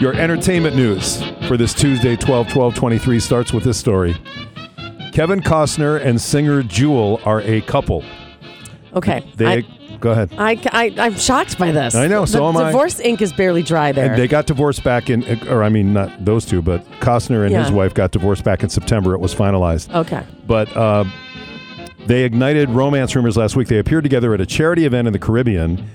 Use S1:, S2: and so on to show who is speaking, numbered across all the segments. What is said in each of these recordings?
S1: Your entertainment news for this Tuesday, 12 12 23, starts with this story. Kevin Costner and singer Jewel are a couple.
S2: Okay.
S1: They
S2: I,
S1: go ahead.
S2: I, I, I'm shocked by this.
S1: I know,
S2: The-
S1: so am I.
S2: Divorce ink is barely dry there.
S1: And they got divorced back in, or I mean, not those two, but Costner and his
S2: Yeah.
S1: wife got divorced back in September. It was finalized.
S2: okay.
S1: But uh, they ignited romance rumors last week. They appeared together at a charity event in the Caribbean,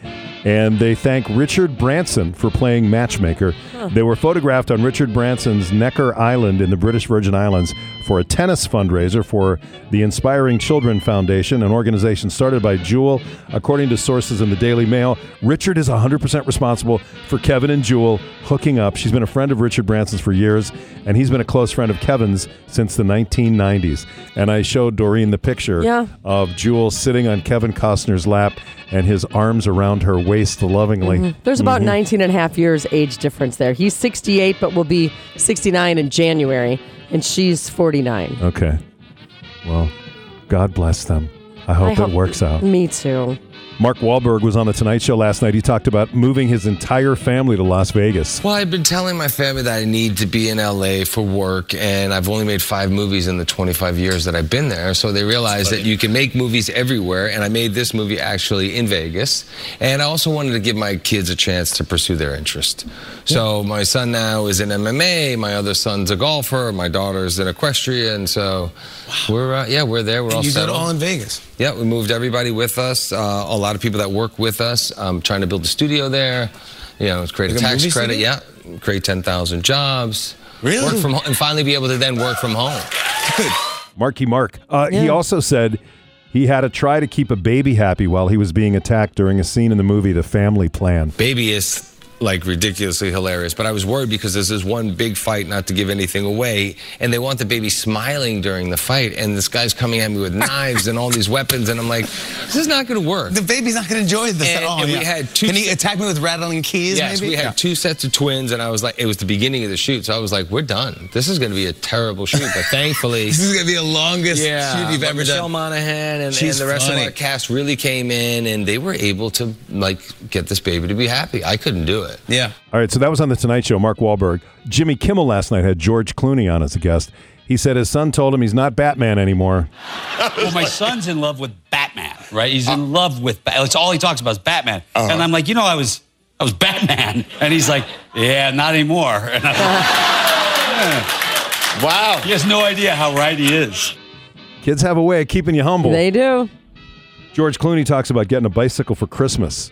S1: and they thank Richard Branson for playing matchmaker. They were photographed on Richard Branson's Necker Island in the British Virgin Islands for a tennis fundraiser for the Inspiring Children Foundation, an organization started by Jewel. According to sources in the Daily Mail, Richard is 100% responsible for Kevin and Jewel hooking up. She's been a friend of Richard Branson's for years, and he's been a close friend of Kevin's since the 1990s. And I showed Doreen the picture
S2: Yeah.
S1: of Jewel sitting on Kevin Costner's lap and his arms around her waist lovingly.
S2: There's about
S1: Mm-hmm.
S2: 19 and a half years age difference there. He's 68, but will be 69 in January, and she's 49.
S1: Okay. Well, God bless them. I hope
S2: I
S1: it
S2: hope- Mm.
S1: works out.
S2: Me too.
S1: Mark Wahlberg was on The Tonight Show last night. He talked about moving his entire family to Las Vegas.
S3: Well, I've been telling my family that I need to be in LA for work, and I've only made five movies in the 25 years that I've been there. So they realized that you can make movies everywhere, and I made this movie actually in Vegas. And I also wanted to give my kids a chance to pursue their interest. So my son now is in MMA, my other son's a golfer, my daughter's in equestrian. So we're uh, yeah, we're there. We're all
S4: You did it
S3: settled.
S4: all in Vegas.
S3: Yeah, we moved everybody with us. Uh, a lot of people that work with us. Um, trying to build a studio there. You know, create
S4: Like
S3: a
S4: a
S3: tax
S4: movie
S3: credit.
S4: studio?
S3: Yeah, create ten thousand jobs.
S4: Really?
S3: Work from home and finally be able to then work from home.
S1: Marky Mark. Uh, He
S2: Yeah.
S1: also said he had to try to keep a baby happy while he was being attacked during a scene in the movie The Family Plan.
S3: Baby is like ridiculously hilarious, but I was worried because this is one big fight, not to give anything away, and they want the baby smiling during the fight, and this guy's coming at me with knives and all these weapons, and I'm like, this is not going to work.
S4: The baby's not going to enjoy this
S3: And-
S4: at all.
S3: and we
S4: yeah.
S3: had two
S4: Can he
S3: se-
S4: attack me with rattling keys?
S3: Yes,
S4: maybe?
S3: we had
S4: Yeah.
S3: two sets of twins, and I was like, it was the beginning of the shoot, so I was like, we're done. This is going to be a terrible shoot, but thankfully.
S4: This is going to be the longest shoot you've
S3: but
S4: ever
S3: Michelle
S4: done.
S3: Monaghan and, and
S4: She's
S3: the rest of
S4: funny.
S3: our cast really came in, and they were able to like get this baby to be happy. I couldn't do it.
S4: yeah.
S1: All right, so that was on The Tonight Show, Mark Wahlberg. Jimmy Kimmel last night had George Clooney on as a guest. He said his son told him he's not Batman anymore.
S5: well, my son's in love with Batman, right? He's in love with. Ba- It's all he talks about is Batman. And I'm like, you know, I was, I was Batman, and he's like, yeah, not anymore. And I'm like,
S4: Wow.
S5: he has no idea how right he is.
S1: Kids have a way of keeping you humble.
S2: They do.
S1: George Clooney talks about getting a bicycle for Christmas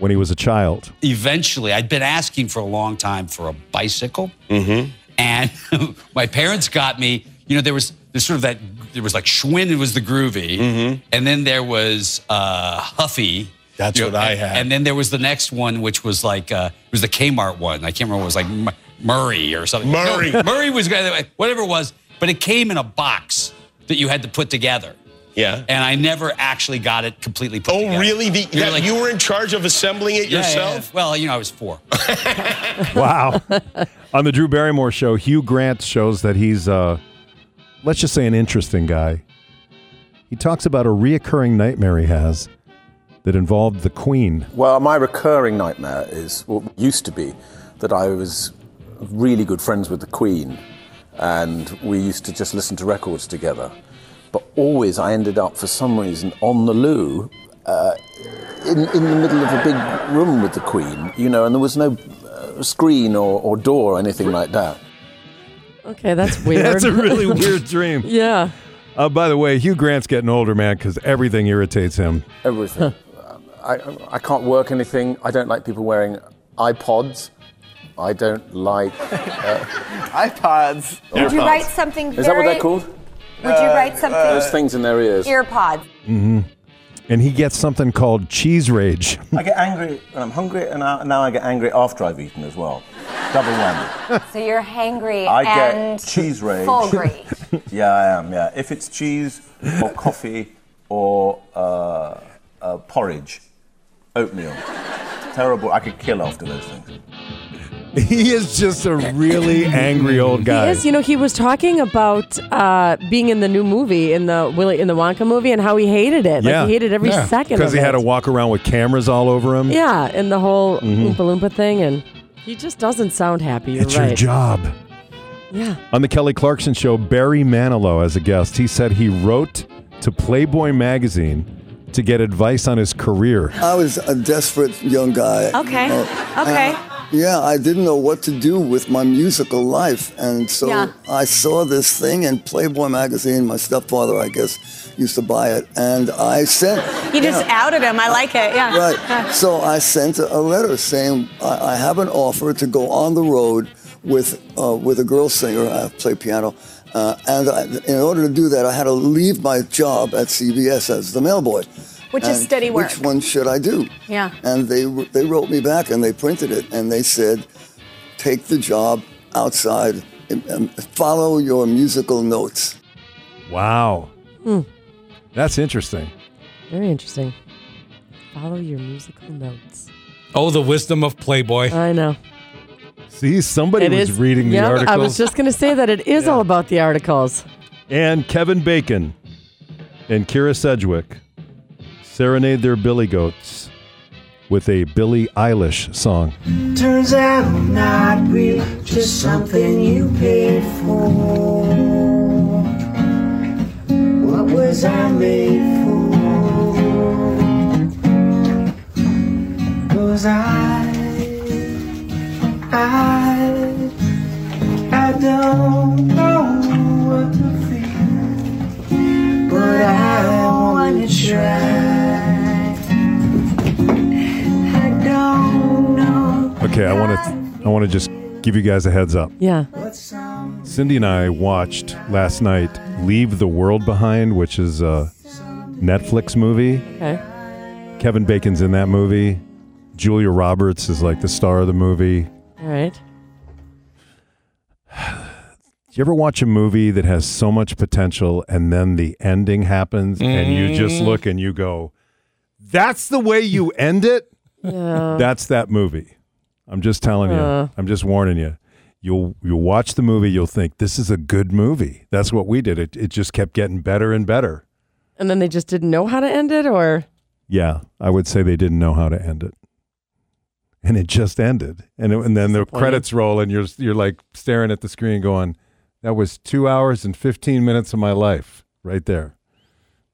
S1: when he was a child.
S5: Eventually, I'd been asking for a long time for a bicycle,
S6: Mm-hmm.
S5: and my parents got me. You know, there was there's sort of that. There was like Schwinn, it was the groovy,
S6: Mm-hmm.
S5: and then there was uh, Huffy.
S4: That's
S5: You
S4: what I
S5: and-
S4: had.
S5: And then there was the next one, which was like uh, it was the Kmart one. I can't remember. It was like M- Murray or something.
S4: Murray.
S5: No, Murray was whatever it was, but it came in a box that you had to put together.
S6: Yeah.
S5: And I never actually got it completely put
S6: Oh,
S5: together.
S6: really? The,
S5: You know,
S6: that,
S5: like-
S6: you were in charge of assembling it
S5: Yeah, yeah, yeah.
S6: yourself?
S5: Well, you know, I was four.
S1: Wow. on the Drew Barrymore show, Hugh Grant shows that he's, uh, let's just say, an interesting guy. He talks about a reoccurring nightmare he has that involved the Queen.
S7: Well, my recurring nightmare is what used to be that I was really good friends with the Queen, and we used to just listen to records together. But always, I ended up for some reason on the loo. Uh, in, in the middle of a big room with the Queen, you know, and there was no uh, screen or, or door or anything like that.
S2: Okay, that's weird.
S1: That's a really weird dream.
S2: yeah.
S1: Uh, by the way, Hugh Grant's getting older, man, because everything irritates him.
S7: Everything. I, I can't work anything. I don't like people wearing iPods. I don't like.
S8: iPods.
S9: Would you write something very...
S7: Is that what they're called?
S9: Would you write something...
S7: Those things in their ears.
S9: earpods.
S1: And he gets something called cheese rage.
S8: I get angry when I'm hungry, and I, now I get angry after I've eaten as well. Double whammy.
S9: So you're hangry
S8: I get
S9: and
S8: cheese rage.
S9: Fulgry.
S8: Yeah, I am. Yeah, if it's cheese or coffee or uh, uh, porridge, oatmeal, terrible. I could kill after those things.
S1: he is just a really angry old guy.
S2: He is. You know, he was talking about uh, being in the new movie, in the Willy in the Wonka movie, and how he hated it. Like, he hated every second
S1: Because
S2: of
S1: he had
S2: it.
S1: to walk around with cameras all over him.
S2: Yeah, and the whole Oompa Loompa thing. And He just doesn't sound happy. You're
S1: Mm-hmm. it's
S2: right.
S1: your job.
S2: Yeah.
S1: On the Kelly Clarkson show, Barry Manilow as a guest, he said he wrote to Playboy magazine to get advice on his career.
S2: Uh,
S10: I was a desperate young guy. Uh,
S11: Okay.
S10: and
S11: Okay.
S10: I- yeah, I didn't know what to do with my musical life. And so
S11: Yeah.
S10: I saw this thing in Playboy magazine. My stepfather, I guess, used to buy it. And I sent.
S11: You just outed him. I like it. Yeah.
S10: Right. So I sent a a letter saying I, I have an offer to go on the road with uh, with a girl singer. I play piano, uh, and I, in order to do that, I had to leave my job at CBS as the mailboy.
S11: Which is
S10: And
S11: steady work.
S10: Which one should I do?
S11: Yeah.
S10: And they w- they wrote me back and they printed it and they said, take the job outside, and- and follow your musical notes.
S1: Wow.
S2: Hmm.
S1: That's interesting.
S2: Very interesting. Follow your musical notes.
S12: Oh, the wisdom of Playboy.
S2: I know.
S1: See, somebody
S2: It
S1: was
S2: is-
S1: reading
S2: yeah,
S1: the articles.
S2: I was just going to say that it is all about the articles.
S1: and Kevin Bacon and Kira Sedgwick serenade their billy goats with a Billie Eilish song.
S13: Turns out I'm not real, just something you paid for. What was I made for? Cause I, I, I don't know what to feel, but I wanna try. I don't know
S1: Okay, I want to I want to just give you guys a heads up.
S2: Yeah.
S1: Cindy and I watched last night Leave the World Behind, which is a Netflix movie.
S2: Okay.
S1: Kevin Bacon's in that movie. Julia Roberts is like the star of the movie.
S2: All right.
S1: Do you ever watch a movie that has so much potential and then the ending happens and you just
S2: Mm.
S1: look and you go, that's the way you end it?
S2: Yeah.
S1: That's that movie. I'm just telling
S2: Uh.
S1: you. I'm just warning you. You'll you'll watch the movie, you'll think this is a good movie. That's what we did. It it just kept getting better and better.
S2: and then they just didn't know how to end it, or
S1: Yeah, I would say they didn't know how to end it. And it just ended. And it, and then the credits roll and you're you're like staring at the screen going, that was 2 hours and 15 minutes of my life right there.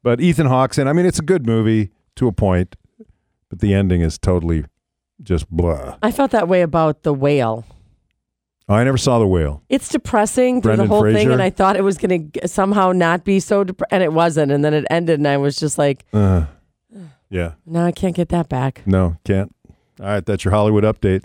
S1: But Ethan Hawke's in. I mean, it's a good movie to a point, but the ending is totally just blah.
S2: I felt that way about the whale.
S1: Oh, I never saw The Whale.
S2: It's depressing through
S1: Brendan
S2: the whole thing,
S1: Fraser?
S2: and I thought it was going to somehow not be so, dep- and it wasn't, and then it ended, and I was just like,
S1: Uh, yeah.
S2: no, I can't get that back.
S1: No, can't. All right, that's your Hollywood update.